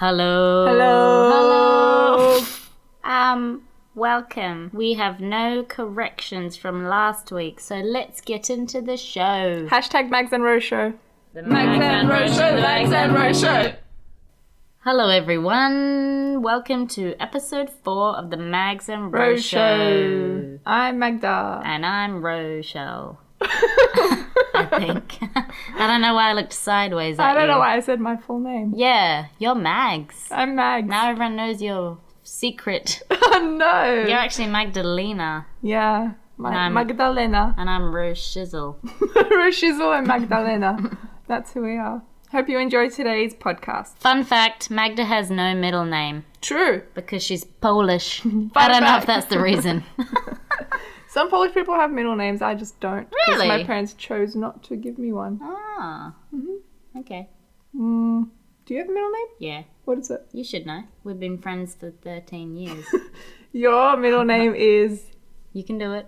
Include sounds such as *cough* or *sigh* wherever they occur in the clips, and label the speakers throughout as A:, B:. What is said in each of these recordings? A: Hello.
B: Hello.
A: *laughs* Hello. Um, welcome. We have no corrections from last week, so let's get into the show.
B: Hashtag Mags and Rose Show.
A: The Mags and Rose Show, the Mags and Rose Show. Hello, everyone. Welcome to episode four of the Mags and Rose,
B: Rose
A: Show.
B: Show. I'm Magda.
A: And I'm Rochelle. *laughs* I think. I don't know why I looked sideways at
B: *laughs* I don't
A: you.
B: know why I said my full name.
A: Yeah, you're Mags.
B: I'm Mags.
A: Now everyone knows your *laughs* secret.
B: *laughs* oh no.
A: You're actually Magdalena,
B: Yeah. Ma-
A: No, I'm-
B: Magdalena. *laughs*
A: and I'm Rose Shizzle.
B: Roshizel
A: *laughs*
B: and Magdalena. That's who we are. Hope you enjoy today's podcast.
A: Fun fact Magda has no middle name
B: True.
A: because she's *laughs* Polish. I don't know if
B: fact.
A: that's the reason.
B: Some Polish people have middle names. I just don't. 'cause
A: Really?
B: My parents chose not to give me one.
A: *laughs* ah. Okay.
B: Mm. Do you have a middle name?
A: Yeah,
B: What is it?
A: you should know. We've been friends for 13 years.
B: Your middle name is
A: you can do it.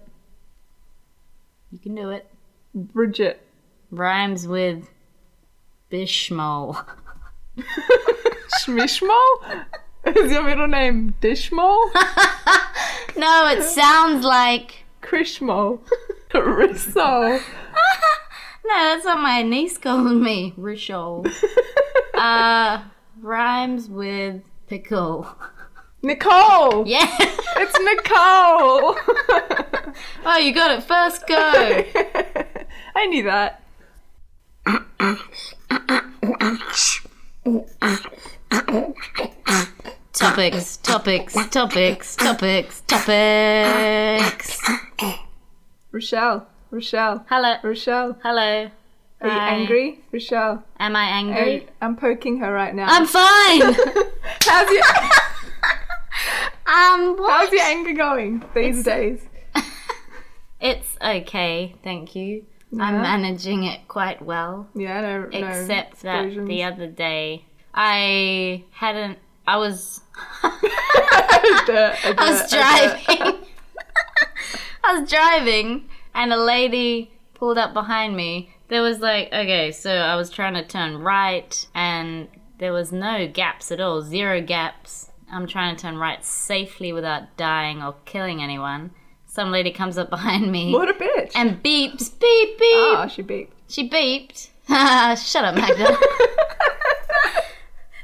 A: You can do it.
B: Bridget.
A: Rhymes with Bishmol. *laughs*
B: Schmishmol? Is your middle name Dishmol?
A: No, it sounds like.
B: Krishmo. Risso.
A: No, that's what my niece called me. Rishol. Uh, rhymes with pickle. *laughs*
B: Nicole!
A: Yeah.
B: It's Nicole!
A: Oh, you got it first go.
B: *laughs* I knew that.
A: topics, topics, topics, topics, topics.
B: Rochelle. Rochelle.
A: Hello,
B: Rochelle.
A: hello.
B: Are you
A: Hi.
B: angry? Rochelle.
A: Am I
B: Are
A: angry?
B: you- I'm poking her right now.
A: I'm fine.
B: *laughs* how's, your,
A: um, what?
B: how's your anger going these days?
A: *laughs* It's okay, thank you. I'm
B: Yeah.
A: managing it quite well,
B: Yeah, no. no
A: except that
B: explosions. *laughs*
A: the other day I hadn't. I was. *laughs*
B: Duh, duh, *laughs*
A: I was
B: duh.
A: driving. *laughs* I was driving, and a lady pulled up behind me. There was like, okay, so I was trying to turn right, and there was no gaps at all, zero gaps. I'm trying to turn right safely without dying or killing anyone. Some lady comes up *laughs* behind me
B: What a bitch.
A: and beeps, beep, beep.
B: oh,
A: *laughs*
B: she beeped.
A: She beeped. Shut up, Magda.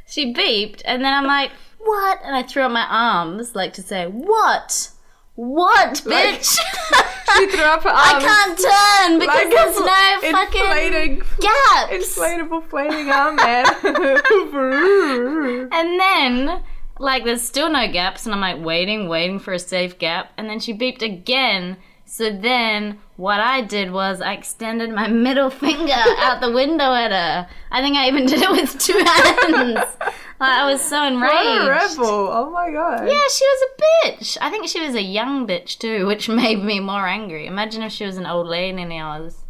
A: she beeped, and then I'm like, "What?" And I threw up my arms, like to say, "What? What, bitch?
B: *laughs* she threw up her
A: *laughs* I
B: arms.
A: can't turn because
B: Like a
A: there's
B: fl-
A: no fucking
B: *laughs* inflating-
A: gaps."
B: *laughs* Inflatable flaming arm
A: *laughs*
B: man.
A: And then, like, there's still no gaps, and I'm like waiting, waiting for a safe gap. And then she beeped again. So then, what I did was I extended my *laughs* middle finger out the window at her. I think I even did it with two *laughs* hands. Like, I was so
B: what a
A: enraged.
B: rebel. Oh my god.
A: Yeah, she was a bitch. I think she was a young bitch too, which *laughs* made me more angry. Imagine if she was an old lady and I was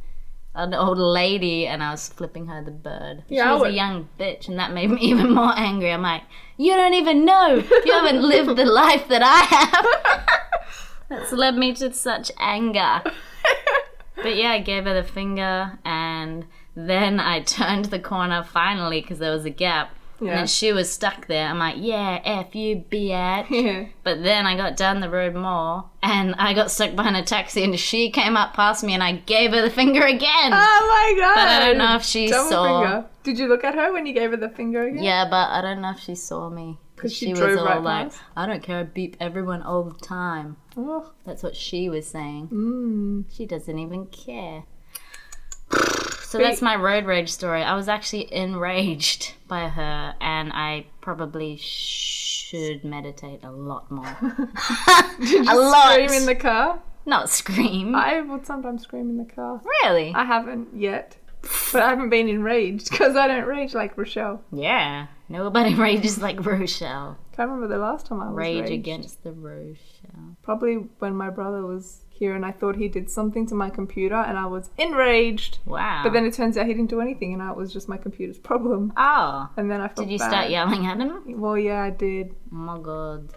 A: an old lady and I was flipping her the bird.
B: Yeah, I
A: she was a
B: would-
A: young bitch, and that made me *laughs* even more angry. I'm like, you don't even know. You haven't lived the life that I have.
B: *laughs*
A: That's led me to such anger. But yeah, I gave her the finger, and then I turned the corner finally because there was a gap. And
B: Yeah.
A: then she was stuck there. I'm like, yeah, F you, bitch. *laughs*
B: *laughs* Yeah.
A: But then I got down the road more and I got stuck behind a taxi and she came up past me and I gave her the finger again.
B: Oh my god.
A: But I don't know if she
B: Double
A: saw.
B: Finger. Did you look at her when you gave her the finger again?
A: Yeah, but I don't know if she saw me.
B: 'Cause she
A: was
B: drove
A: all
B: right
A: like,
B: past?
A: I don't care, I beep everyone all the time.
B: Oh.
A: That's what she was saying.
B: Mm. *laughs*
A: She doesn't even care. So
B: But-
A: that's my road rage story. I was actually enraged by her, and I probably should meditate a lot more.
B: *laughs* Did you
A: A lot.
B: scream in the car?
A: Not scream.
B: I would sometimes scream in the car.
A: really?
B: I haven't yet. But I haven't been enraged because I don't rage like Rochelle.
A: Yeah. *laughs* Nobody rages like Rochelle.
B: Can't remember the last time I was
A: Rage
B: raged.
A: against the Rochelle.
B: Probably when my brother was here and I thought he did something to my computer and I was enraged.
A: Wow.
B: But then it turns out he didn't do anything and it was just my computer's problem.
A: oh,
B: And then I felt
A: did you
B: bad.
A: start yelling at him?
B: Well, yeah, I did.
A: Oh my god,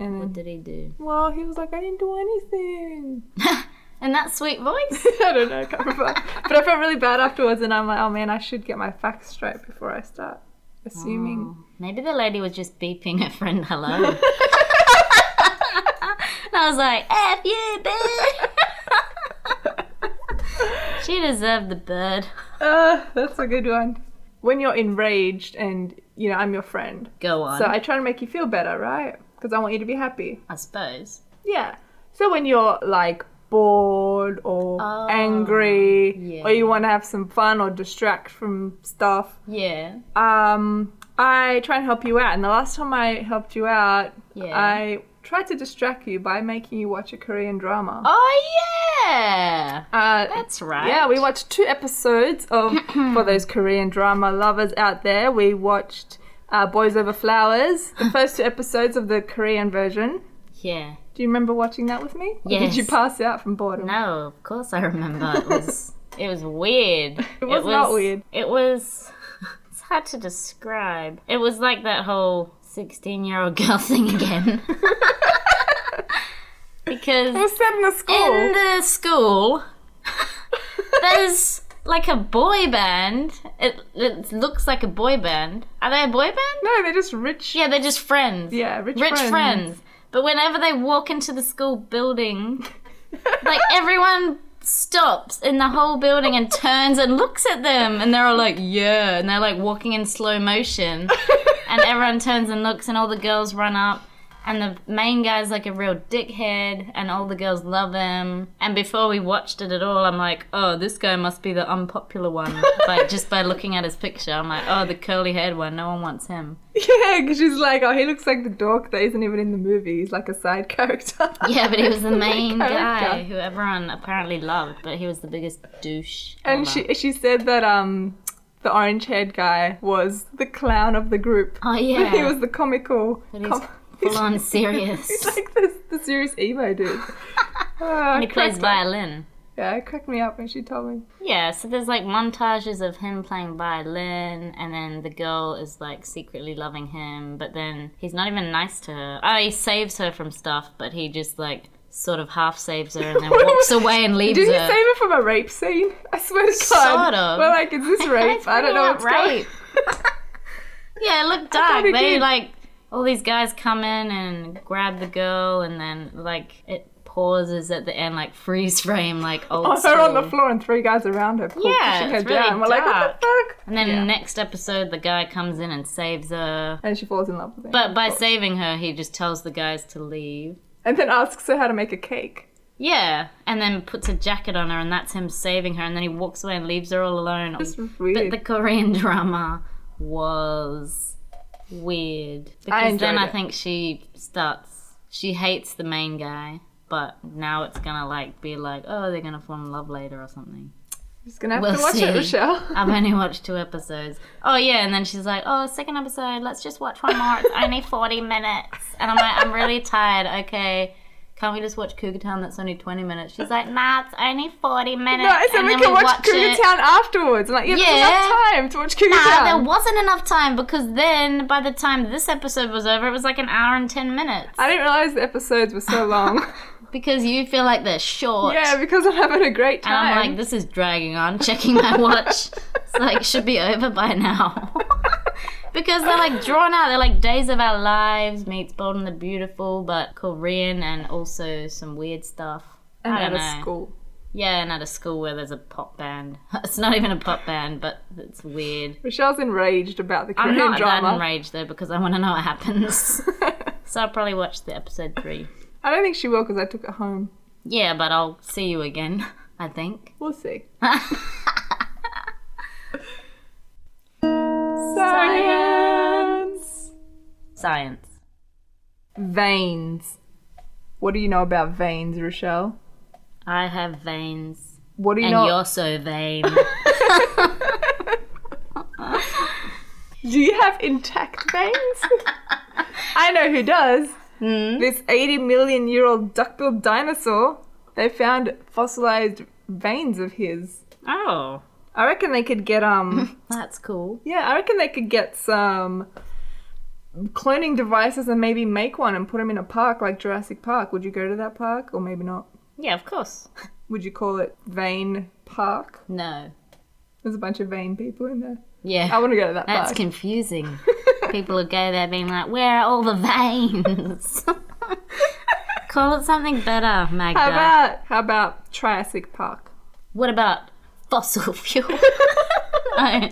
B: And
A: what
B: then,
A: did he do? *laughs*
B: well, he was like, I didn't do anything. *laughs*
A: And that sweet voice.
B: I don't know, I can't remember. but I felt really bad afterwards and I'm like, oh man, I should get my facts straight before I start assuming.
A: Maybe the lady was just beeping a friend hello.
B: *laughs*
A: *laughs* and I was like, F you, bitch. *laughs* she deserved the bird.
B: *laughs* Uh, that's a good one. When you're enraged and, you know, I'm your friend.
A: Go on.
B: So I try to make you feel better, right? Because I want you to be happy.
A: I suppose.
B: Yeah. So when you're like bored or
A: Oh,
B: angry
A: yeah.
B: or you want to have some fun or distract from stuff,
A: Yeah.
B: um, I try and help you out. And the last time I helped you out,
A: Yeah.
B: I tried to distract you by making you watch a Korean drama.
A: Oh, yeah.
B: Uh,
A: That's right.
B: Yeah, we watched two episodes
A: *clears throat*
B: of for those Korean drama lovers out there. We watched uh, Boys Over Flowers, the first two episodes of the Korean version.
A: Yeah.
B: Do you remember watching that with me? Or Did
A: Yes.
B: you pass out from boredom?
A: No, of course I remember. It
B: *laughs*
A: was it was weird. It
B: was not weird.
A: It was it's hard to describe. It was like that whole sixteen year old girl *laughs* thing
B: *laughs*
A: again. because
B: was set in a
A: in the school
B: *laughs*
A: there's like a boy band. It, it looks like a boy band. Are they a boy band?
B: No, they're just rich.
A: Yeah, they're just friends.
B: Yeah, rich,
A: Rich
B: friends.
A: friends.
B: *laughs*
A: But whenever they walk into the school building, like
B: *laughs*
A: everyone stops in the whole building and turns and looks at them and they're all like yeah and they're like walking in slow motion and everyone turns and looks and all the girls run up and the main guy's like a real dickhead and all the girls love him and before we watched it at all i'm like oh this guy must be the unpopular one but just by looking at his picture i'm like oh the curly haired one no one wants him
B: Yeah, because she's like, oh, he looks like the dork that isn't even in the movie. He's like a side character.
A: Yeah, but he
B: *laughs*
A: was the main
B: character.
A: guy who everyone apparently loved, but he was the biggest douche.
B: And
A: ever.
B: she she said that um the orange haired guy was the clown of the group. *laughs*
A: oh yeah,
B: he was the comical.
A: But he's
B: *laughs* com-
A: full on serious.
B: he's *laughs* like the, the serious emo
A: *laughs*
B: dude. Oh,
A: And he
B: it
A: plays
B: cracked me-
A: violin.
B: Yeah, it cracked me up when she told me.
A: Yeah, so there's like montages of him playing violin, and then the girl is like secretly loving him, but then he's not even nice to her. Oh, he saves her from stuff, but he just like sort of half saves her and
B: *laughs*
A: then walks away and leaves
B: Did he
A: her.
B: save her from a rape scene? I swear to God.
A: Sort of.
B: We're like, is
A: *laughs*
B: this rape? I don't know
A: bringing
B: what's
A: up
B: going.
A: Yeah, it looked
B: thought
A: dark.
B: it
A: They
B: did.
A: like all these guys come in and grab the girl, and then like it pauses at the end, like freeze frame, like old
B: *laughs* on her on the
A: school.
B: floor and three guys around her pull,
A: Yeah,
B: pushing her
A: it's really
B: down. We're like, what the fuck?
A: And then
B: Yeah.
A: next episode, the guy comes in and saves her.
B: And she falls in love with him.
A: But by saving her, he just tells the guys to leave.
B: and then asks her how to make a cake.
A: Yeah, and then puts a jacket on her, and that's him saving her. And then he walks away and leaves her all alone.
B: It's
A: But
B: weird.
A: the Korean drama was weird
B: I
A: because
B: enjoyed
A: then I
B: it.
A: think she starts. She hates the main guy, but now it's gonna like be like, oh, they're gonna fall in love later or something.
B: Just gonna have to
A: We'll
B: watch
A: see. Um,
B: it, *laughs* Rochelle.
A: I've only watched two episodes. Oh yeah, and then she's like, oh, second episode. Let's just watch one more. It's only forty minutes, and I'm like, I'm really tired. Okay. Can't we just watch Cougar Town? That's only 20 minutes. She's like, nah, it's only 40 minutes.
B: No, I said we can watch, Cougar Town afterwards. I'm like, yeah, there's
A: Yeah.
B: enough time to watch Cougar
A: Ah, there
B: Town.
A: wasn't enough time because then by the time this episode was over, it was like an hour and 10 minutes.
B: I didn't realize the episodes
A: *laughs*
B: were so long.
A: Because you feel like they're short.
B: yeah, because I'm having a great
A: and
B: time.
A: I'm like, this is dragging on, checking my
B: *laughs*
A: watch. it's like, it should be over by now. because they're like drawn out. They're like Days of Our Lives meets Bold and the Beautiful, but Korean and also some weird stuff.
B: and
A: I
B: out
A: don't
B: of
A: know.
B: school.
A: Yeah, and at a school where there's a pop band. *laughs* It's not even a pop band, but it's weird.
B: Rochelle's enraged about the
A: I'm
B: Korean
A: not that
B: drama.
A: enraged though because I want to know what happens. *laughs* So I'll probably watch the episode three.
B: *laughs* I don't think she will because I took it home.
A: Yeah, but I'll see you again, *laughs* I think.
B: We'll see. Science.
A: Science.
B: Veins. What do you know about veins, Rochelle?
A: I have veins.
B: What do you
A: and
B: know?
A: you're so vain.
B: *laughs* Do you have intact veins? *laughs* I know who does.
A: Hmm?
B: This 80 million year old duckbill dinosaur, they found fossilized veins of his.
A: oh,
B: I reckon they could get um
A: that's cool.
B: yeah, I reckon they could get some cloning devices and maybe make one and put them in a park like Jurassic Park. Would you go to that park or maybe not?
A: Yeah, of course.
B: Would you call it Vein Park?
A: No.
B: There's a bunch of vein people in there.
A: Yeah.
B: I want to go to that
A: That's
B: park. *laughs*
A: confusing. People would go there being like, where are all the
B: *laughs*
A: veins? Call it something better, Magda.
B: how about how about Triassic Park?
A: what about fossil *laughs* fuel? No.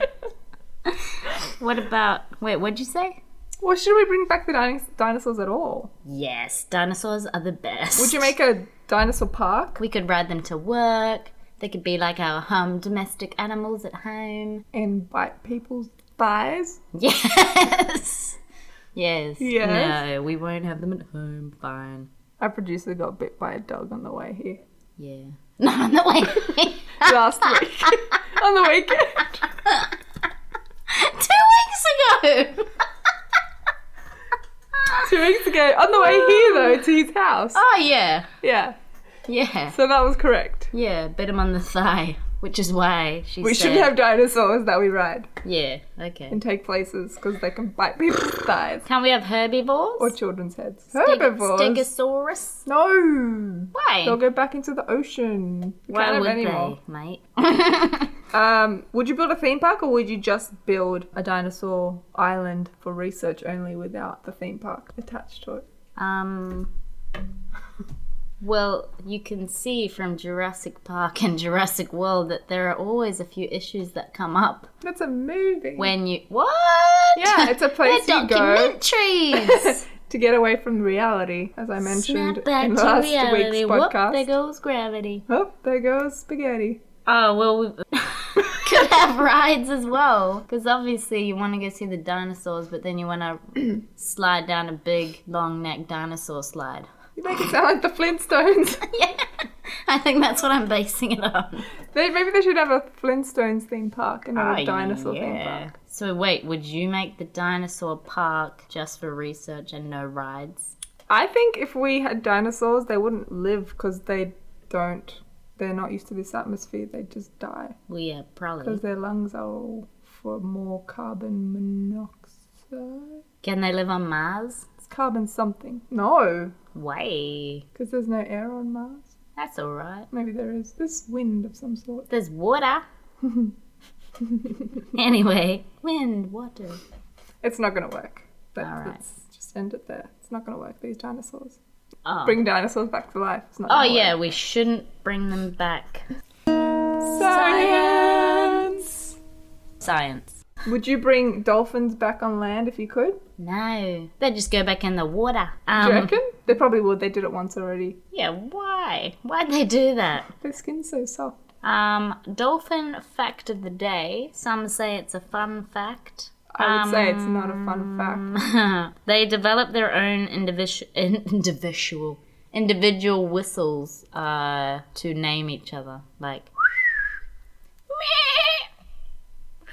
A: What about. Wait, what'd you say?
B: *laughs* Well, should we bring back the dinos dinosaurs at all?
A: Yes, dinosaurs are the best.
B: Would you make a dinosaur park?
A: We could ride them to work. They could be like our um, domestic animals at home. *laughs*
B: and bite people's thighs.
A: Yes. Yes.
B: Yes.
A: No, we won't have them at home. Fine.
B: Our producer got bit by a dog on the way here
A: Yeah. *laughs* Not on the way.
B: *laughs* last week. on
A: *laughs*
B: the weekend.
A: Two weeks ago. *laughs*
B: Two weeks ago. On the way here though, to his house.
A: Oh yeah.
B: Yeah.
A: Yeah.
B: So that was correct.
A: Yeah. Bit him on the thigh, which is why she
B: We
A: said.
B: should have dinosaurs that we ride
A: Yeah. Okay.
B: and take places because they can bite *laughs* people's thighs
A: Can we have herbivores?
B: or children's heads.
A: Steg-
B: Herbivores.
A: Stegosaurus.
B: no.
A: Why?
B: They'll go back into the ocean. We
A: why
B: can't
A: would
B: have any more.
A: they, mate? *laughs*
B: Um, would you build a theme park or would you just build a dinosaur island for research only without the theme park attached to it?
A: Um. Well, you can see from Jurassic Park and Jurassic World that there are always a few issues that come up
B: That's a movie.
A: when you what? *laughs*
B: Yeah, *laughs* it's a place
A: They're
B: you go.
A: documentaries.
B: *laughs* to get away from reality, as I mentioned
A: Snap back
B: in
A: to
B: last
A: reality.
B: week's
A: Whoop, there
B: podcast.
A: goes gravity.
B: oh, there goes spaghetti.
A: Oh well, we *laughs* could have rides as well because obviously you want to go see the dinosaurs, but then you
B: *clears throat*
A: want to slide down a big long neck dinosaur
B: *laughs*
A: slide.
B: You make it sound like the Flintstones. *laughs*
A: yeah, I think that's what I'm basing it on.
B: they, maybe they should have a Flintstones theme park and not
A: Oh,
B: a dinosaur theme
A: yeah.
B: park.
A: So wait, would you make the dinosaur park just for research and no rides?
B: I think if we had dinosaurs, they wouldn't live because they don't. They're not used to this atmosphere. They just die.
A: Well, yeah, probably.
B: Because their lungs are all for more carbon monoxide.
A: Can they live on Mars?
B: It's carbon something. No,
A: Way.
B: because there's no air on Mars.
A: That's all right.
B: Maybe there is. There's wind of some sort.
A: There's water. anyway, wind, water.
B: It's not going to work. That's,
A: All right.
B: Let's just end it there. It's not going to work, these dinosaurs.
A: Oh,
B: Bring dinosaurs back to life. It's not
A: oh
B: gonna work.
A: yeah, we shouldn't bring them back.
B: Science!
A: Science.
B: Would you bring dolphins back on land if you could?
A: No, they just go back in the water.
B: Do you
A: Um,
B: reckon? They probably would. They did it once already.
A: yeah, why? Why'd they do that?
B: Their skin's so soft.
A: Um, dolphin fact of the day. Some say it's a fun fact.
B: I would say it's not a
A: Um,
B: fun fact.
A: *laughs* they develop their own individual, *laughs* individual, individual whistles uh, to name each other.
B: *laughs*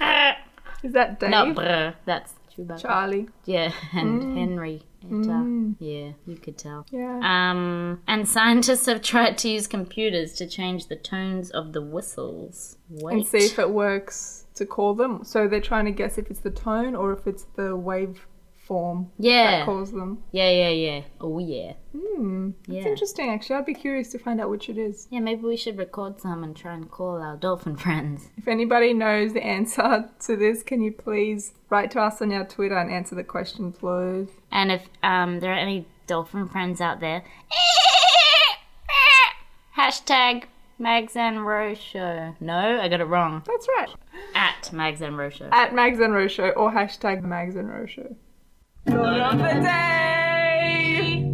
A: Like,
B: Is that Dave?
A: no, bruh, that's Chewbacca.
B: Charlie.
A: yeah, and
B: Mm.
A: Henry. And, uh, Yeah, you could tell.
B: Yeah.
A: Um, and scientists have *laughs* tried to use computers to change the tones of the whistles. Wait.
B: and see if it works to call them. So they're trying to guess if it's the tone or if it's the wave form that
A: yeah,
B: calls them.
A: yeah, yeah, yeah. Oh yeah.
B: Hmm. It's
A: Yeah.
B: interesting, actually. I'd be curious to find out which it is.
A: Yeah, maybe we should record some and try and call our dolphin friends.
B: If anybody knows the answer *laughs* to this, can you please write to us on our Twitter and answer the question, please?
A: And if um, there are any dolphin friends out there, *laughs* hashtag Mags and Rose Show. No, I got it wrong.
B: That's right.
A: At Mags and Rose Show.
B: At Mags and Rosho or hashtag Mags and Rosho. Thought of the day!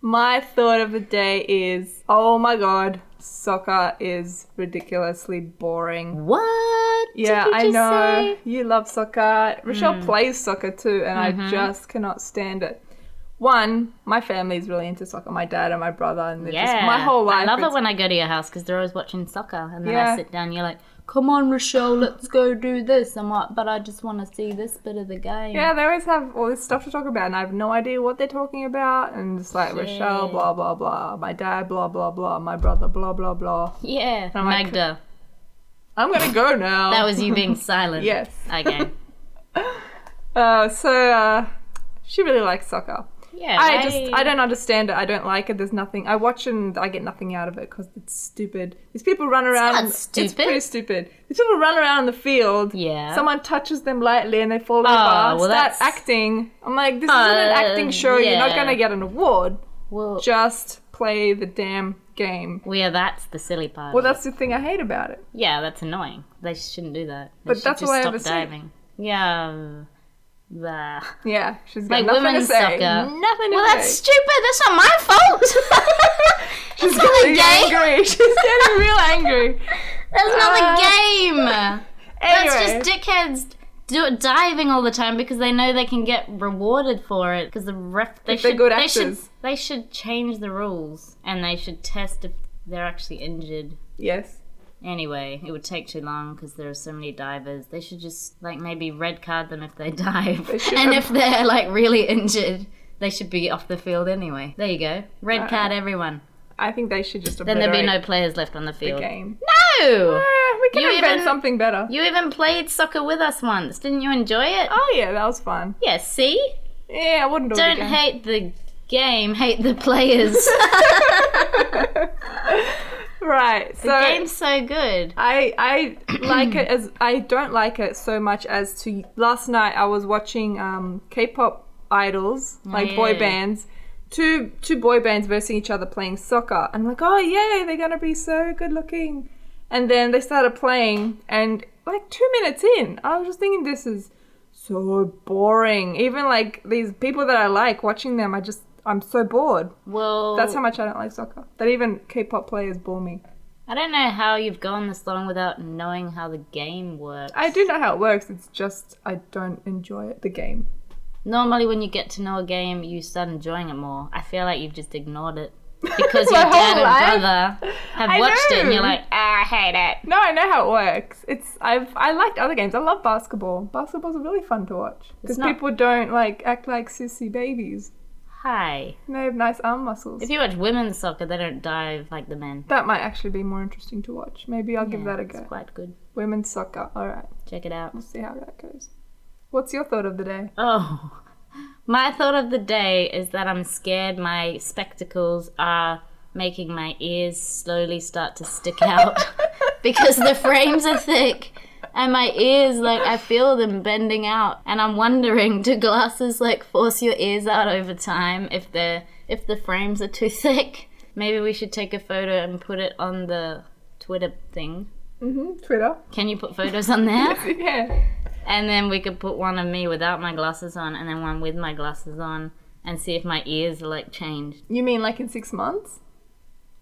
B: My thought of the day is oh my god, soccer is ridiculously boring.
A: What?
B: Yeah,
A: did
B: I
A: you Hmm.
B: know.
A: say?
B: You love soccer. Rochelle plays soccer too, and
A: Mm-hmm.
B: I just cannot stand it. One, my family's really into soccer. My dad and my brother, and they're
A: Yeah,
B: just my whole life.
A: I love it
B: it's-
A: when I go to your house because they're always watching soccer, and then I
B: Yeah.
A: sit down. and You're like, "Come on, Rochelle, let's go do this." I'm like, "But I just want to see this bit of the game."
B: yeah, they always have all this stuff to talk about, and I have no idea what they're talking about. And just like Rochelle, blah blah blah. My dad, blah blah blah. My brother, blah blah blah.
A: yeah.
B: I'm like,
A: Magda,
B: I'm gonna go now.
A: that was you being silent.
B: *laughs* yes.
A: Okay.
B: Uh, so uh, she really likes soccer.
A: Yeah,
B: I just I don't understand it. I don't like it. There's nothing. I watch it and I get nothing out of it because it's stupid. These people run around.
A: not
B: and- It's
A: stupid.
B: pretty stupid. These people run around in the field.
A: Yeah. Oh,
B: Someone touches them lightly and they fall over. Start
A: well, that's-
B: acting. I'm like, this isn't
A: Uh,
B: an acting show. You're not
A: yeah.
B: gonna get an award.
A: Well,
B: Just play the damn game.
A: well, yeah, that's the silly part.
B: Well, that's the thing I hate about it.
A: yeah, that's annoying. They shouldn't do that. They
B: But
A: should
B: that's
A: just
B: what I
A: stop
B: ever say.
A: diving. Yeah. Bah.
B: Yeah, she's got
A: Like
B: nothing
A: women's
B: to say.
A: soccer.
B: Nothing to
A: Well,
B: say.
A: that's stupid. That's not my
B: *laughs*
A: fault.
B: She's
A: it's not the
B: getting
A: game.
B: angry. *laughs* She's getting real angry.
A: That's
B: Uh,
A: not the game.
B: Anyway,
A: That's just dickheads do it diving all the time because they know they can get rewarded for it because the ref they
B: If
A: should
B: they're good
A: they should
B: actors.
A: they should change the rules and they should test if they're actually injured.
B: yes.
A: Anyway, it would take too long because there are so many divers. They should just like maybe red card them if they *laughs* dive,
B: They should
A: and
B: have-
A: if they're like really injured, they should be off the field anyway. There you go, red
B: Alright.
A: card everyone.
B: I think they should just
A: Then there'd
B: obliterate
A: be no players left on the
B: the
A: field.
B: game.
A: No,
B: Eh, we can
A: You
B: invent
A: even-
B: something better.
A: you even played soccer with us once. Didn't you enjoy it?
B: Oh yeah, that was fun.
A: Yeah, see?
B: Yeah, I wouldn't do it
A: Don't
B: again.
A: hate the game, hate the players. *laughs*
B: *laughs* right. So
A: the game's so good.
B: I
A: *clears throat*
B: I like it as I don't like it so much as to last night I was watching um, K-pop idols like boy
A: yeah.
B: bands. Two two boy bands versing each other playing soccer. I'm like, oh yay, they're gonna be so good looking. And then they started playing, and like two minutes in, I was just thinking this is so boring. Even like these people that I like watching them, I just I'm so bored.
A: Well,
B: That's how much I don't like soccer. That even K-pop players bore me.
A: I don't know how you've gone this long without knowing how the game works.
B: I do know how it works. It's just I don't enjoy it, the game.
A: Normally, when you get to know a game, you start enjoying it more. I feel like you've just ignored
B: *laughs*
A: it because
B: My
A: your dad and
B: whole life.
A: brother have
B: I
A: watched it, and you're
B: know.
A: like, ah, I hate it.
B: No, I know how it works. It's I've I liked other games. I love basketball. Basketball's really fun to watch because
A: It's not-
B: people don't like act like sissy babies.
A: Hi.
B: And they have nice arm muscles.
A: If you watch women's soccer, they don't dive like the men.
B: That might actually be more interesting to watch. Maybe I'll give that a
A: It's
B: go.
A: quite good.
B: Women's soccer. All right,
A: Check it out.
B: we'll see how that goes. What's your thought of
A: *laughs*
B: the day?
A: Oh, my thought of the day is that I'm scared my spectacles are making my ears slowly start to stick out
B: *laughs*
A: because the frames are thick and my ears, like, I feel them bending out. And I'm wondering do glasses, like, force your ears out over time if they're, if the frames are too thick? Maybe we should take a photo and put it on the Twitter thing.
B: hmm
A: *laughs*
B: Twitter.
A: Can you put photos on there?
B: *laughs* yeah.
A: And then we could put one of me without my glasses on and then one with my glasses on and see if my ears are like changed.
B: You mean like in six months?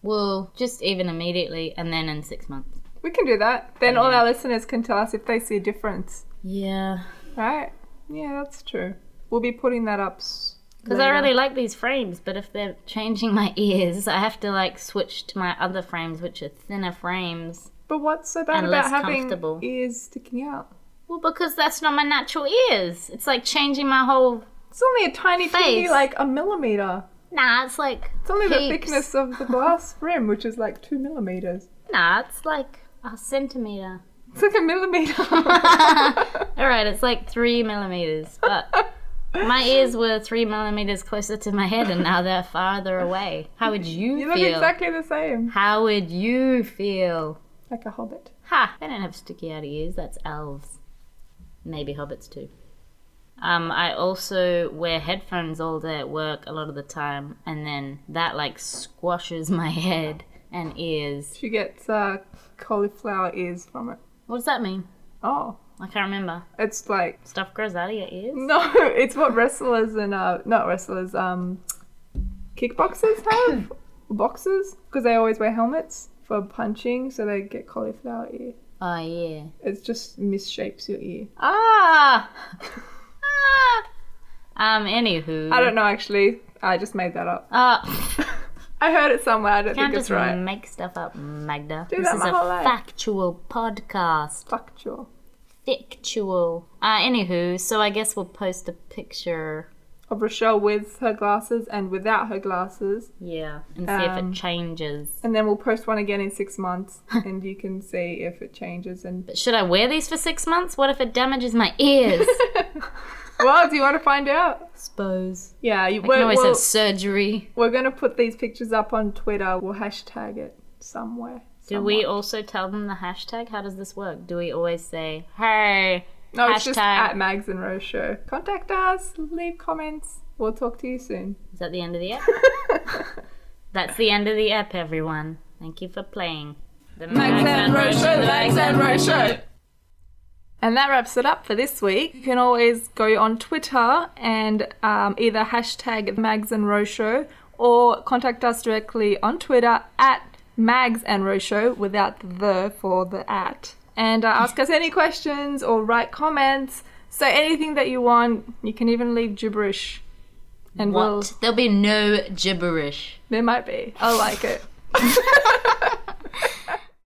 A: Well, just even immediately and then in six months.
B: We can do that. Then all our listeners can tell us if they see a difference.
A: Yeah.
B: Right. Yeah, that's true. We'll be putting that up. s-
A: Because I
B: later.
A: really like these frames, but if they're changing my *laughs* ears, I have to like switch to my other frames, which are thinner frames.
B: But what's so bad
A: and
B: about
A: less
B: having
A: comfortable.
B: ears sticking out?
A: Well, because that's not my natural ears. It's like changing my whole.
B: It's only a tiny, teeny,
A: Face.
B: like a millimeter.
A: Nah, it's like.
B: It's only the
A: heaps.
B: thickness of the glass
A: *laughs*
B: rim, which is like two millimeters.
A: Nah, it's like a
B: *laughs*
A: centimeter.
B: It's like
A: *laughs*
B: a millimeter.
A: All right, it's like three millimeters, but my ears were three millimeters closer to my head, and now they're farther away. How would you,
B: you look
A: feel?
B: exactly the same,
A: How would you feel?
B: like a hobbit.
A: Ha! They don't have sticky out ears. That's elves. Maybe hobbits too. Um, I also wear headphones all day at work a lot of the time, and then that like squashes my *laughs* head and ears.
B: She gets uh, cauliflower ears from it.
A: What does that mean?
B: Oh,
A: I can't remember.
B: it's like
A: Stuff grows out of your ears.
B: no, *laughs* it's what wrestlers and uh, not wrestlers, um, kickboxers
A: *clears throat*
B: have boxers because they always wear helmets for punching, so they get cauliflower ear.
A: Oh yeah.
B: It just misshapes your ear.
A: Ah. ah. Um. Anywho.
B: I don't know actually. I just made that up.
A: *laughs* Uh,
B: I heard it somewhere. I don't
A: can't
B: think
A: just
B: it's right.
A: make stuff up, Magda.
B: Do
A: this
B: that
A: is
B: my
A: a
B: whole life.
A: factual podcast.
B: Factual.
A: Factual. Uh. Anywho. So I guess we'll post a picture.
B: Of Rochelle with her glasses and without her glasses,
A: Yeah. And see if
B: Um,
A: it changes.
B: and then we'll post one again in
A: *laughs*
B: six months, and you can see if it changes. And *laughs*
A: But should I wear these for six months? What if it damages my ears?
B: well, do you want to find out?
A: Suppose.
B: Yeah, you,
A: I can
B: we're,
A: always
B: we'll,
A: have surgery.
B: we're going to put these pictures up on Twitter. We'll hashtag it somewhere.
A: Do we also tell them the hashtag? How does this work? Do we always say, hey,
B: No, it's just
A: hashtag-
B: at Mags and Rose Show. Contact us, leave comments. We'll talk to you soon.
A: is that the end of the
B: *laughs*
A: app? That's the end of the app, everyone. Thank you for playing. The Max and Rose Show, the Max and Rose Show.
B: And that wraps it up for this week. You can always go on Twitter and um, either hashtag Mags and Roe Show or contact us directly on Twitter at Mags and Roe Show without the for the at. And uh, ask us any questions or write comments. So anything that you want, you can even leave gibberish. And
A: What?
B: we'll,
A: There'll be no gibberish.
B: there might be. I like it.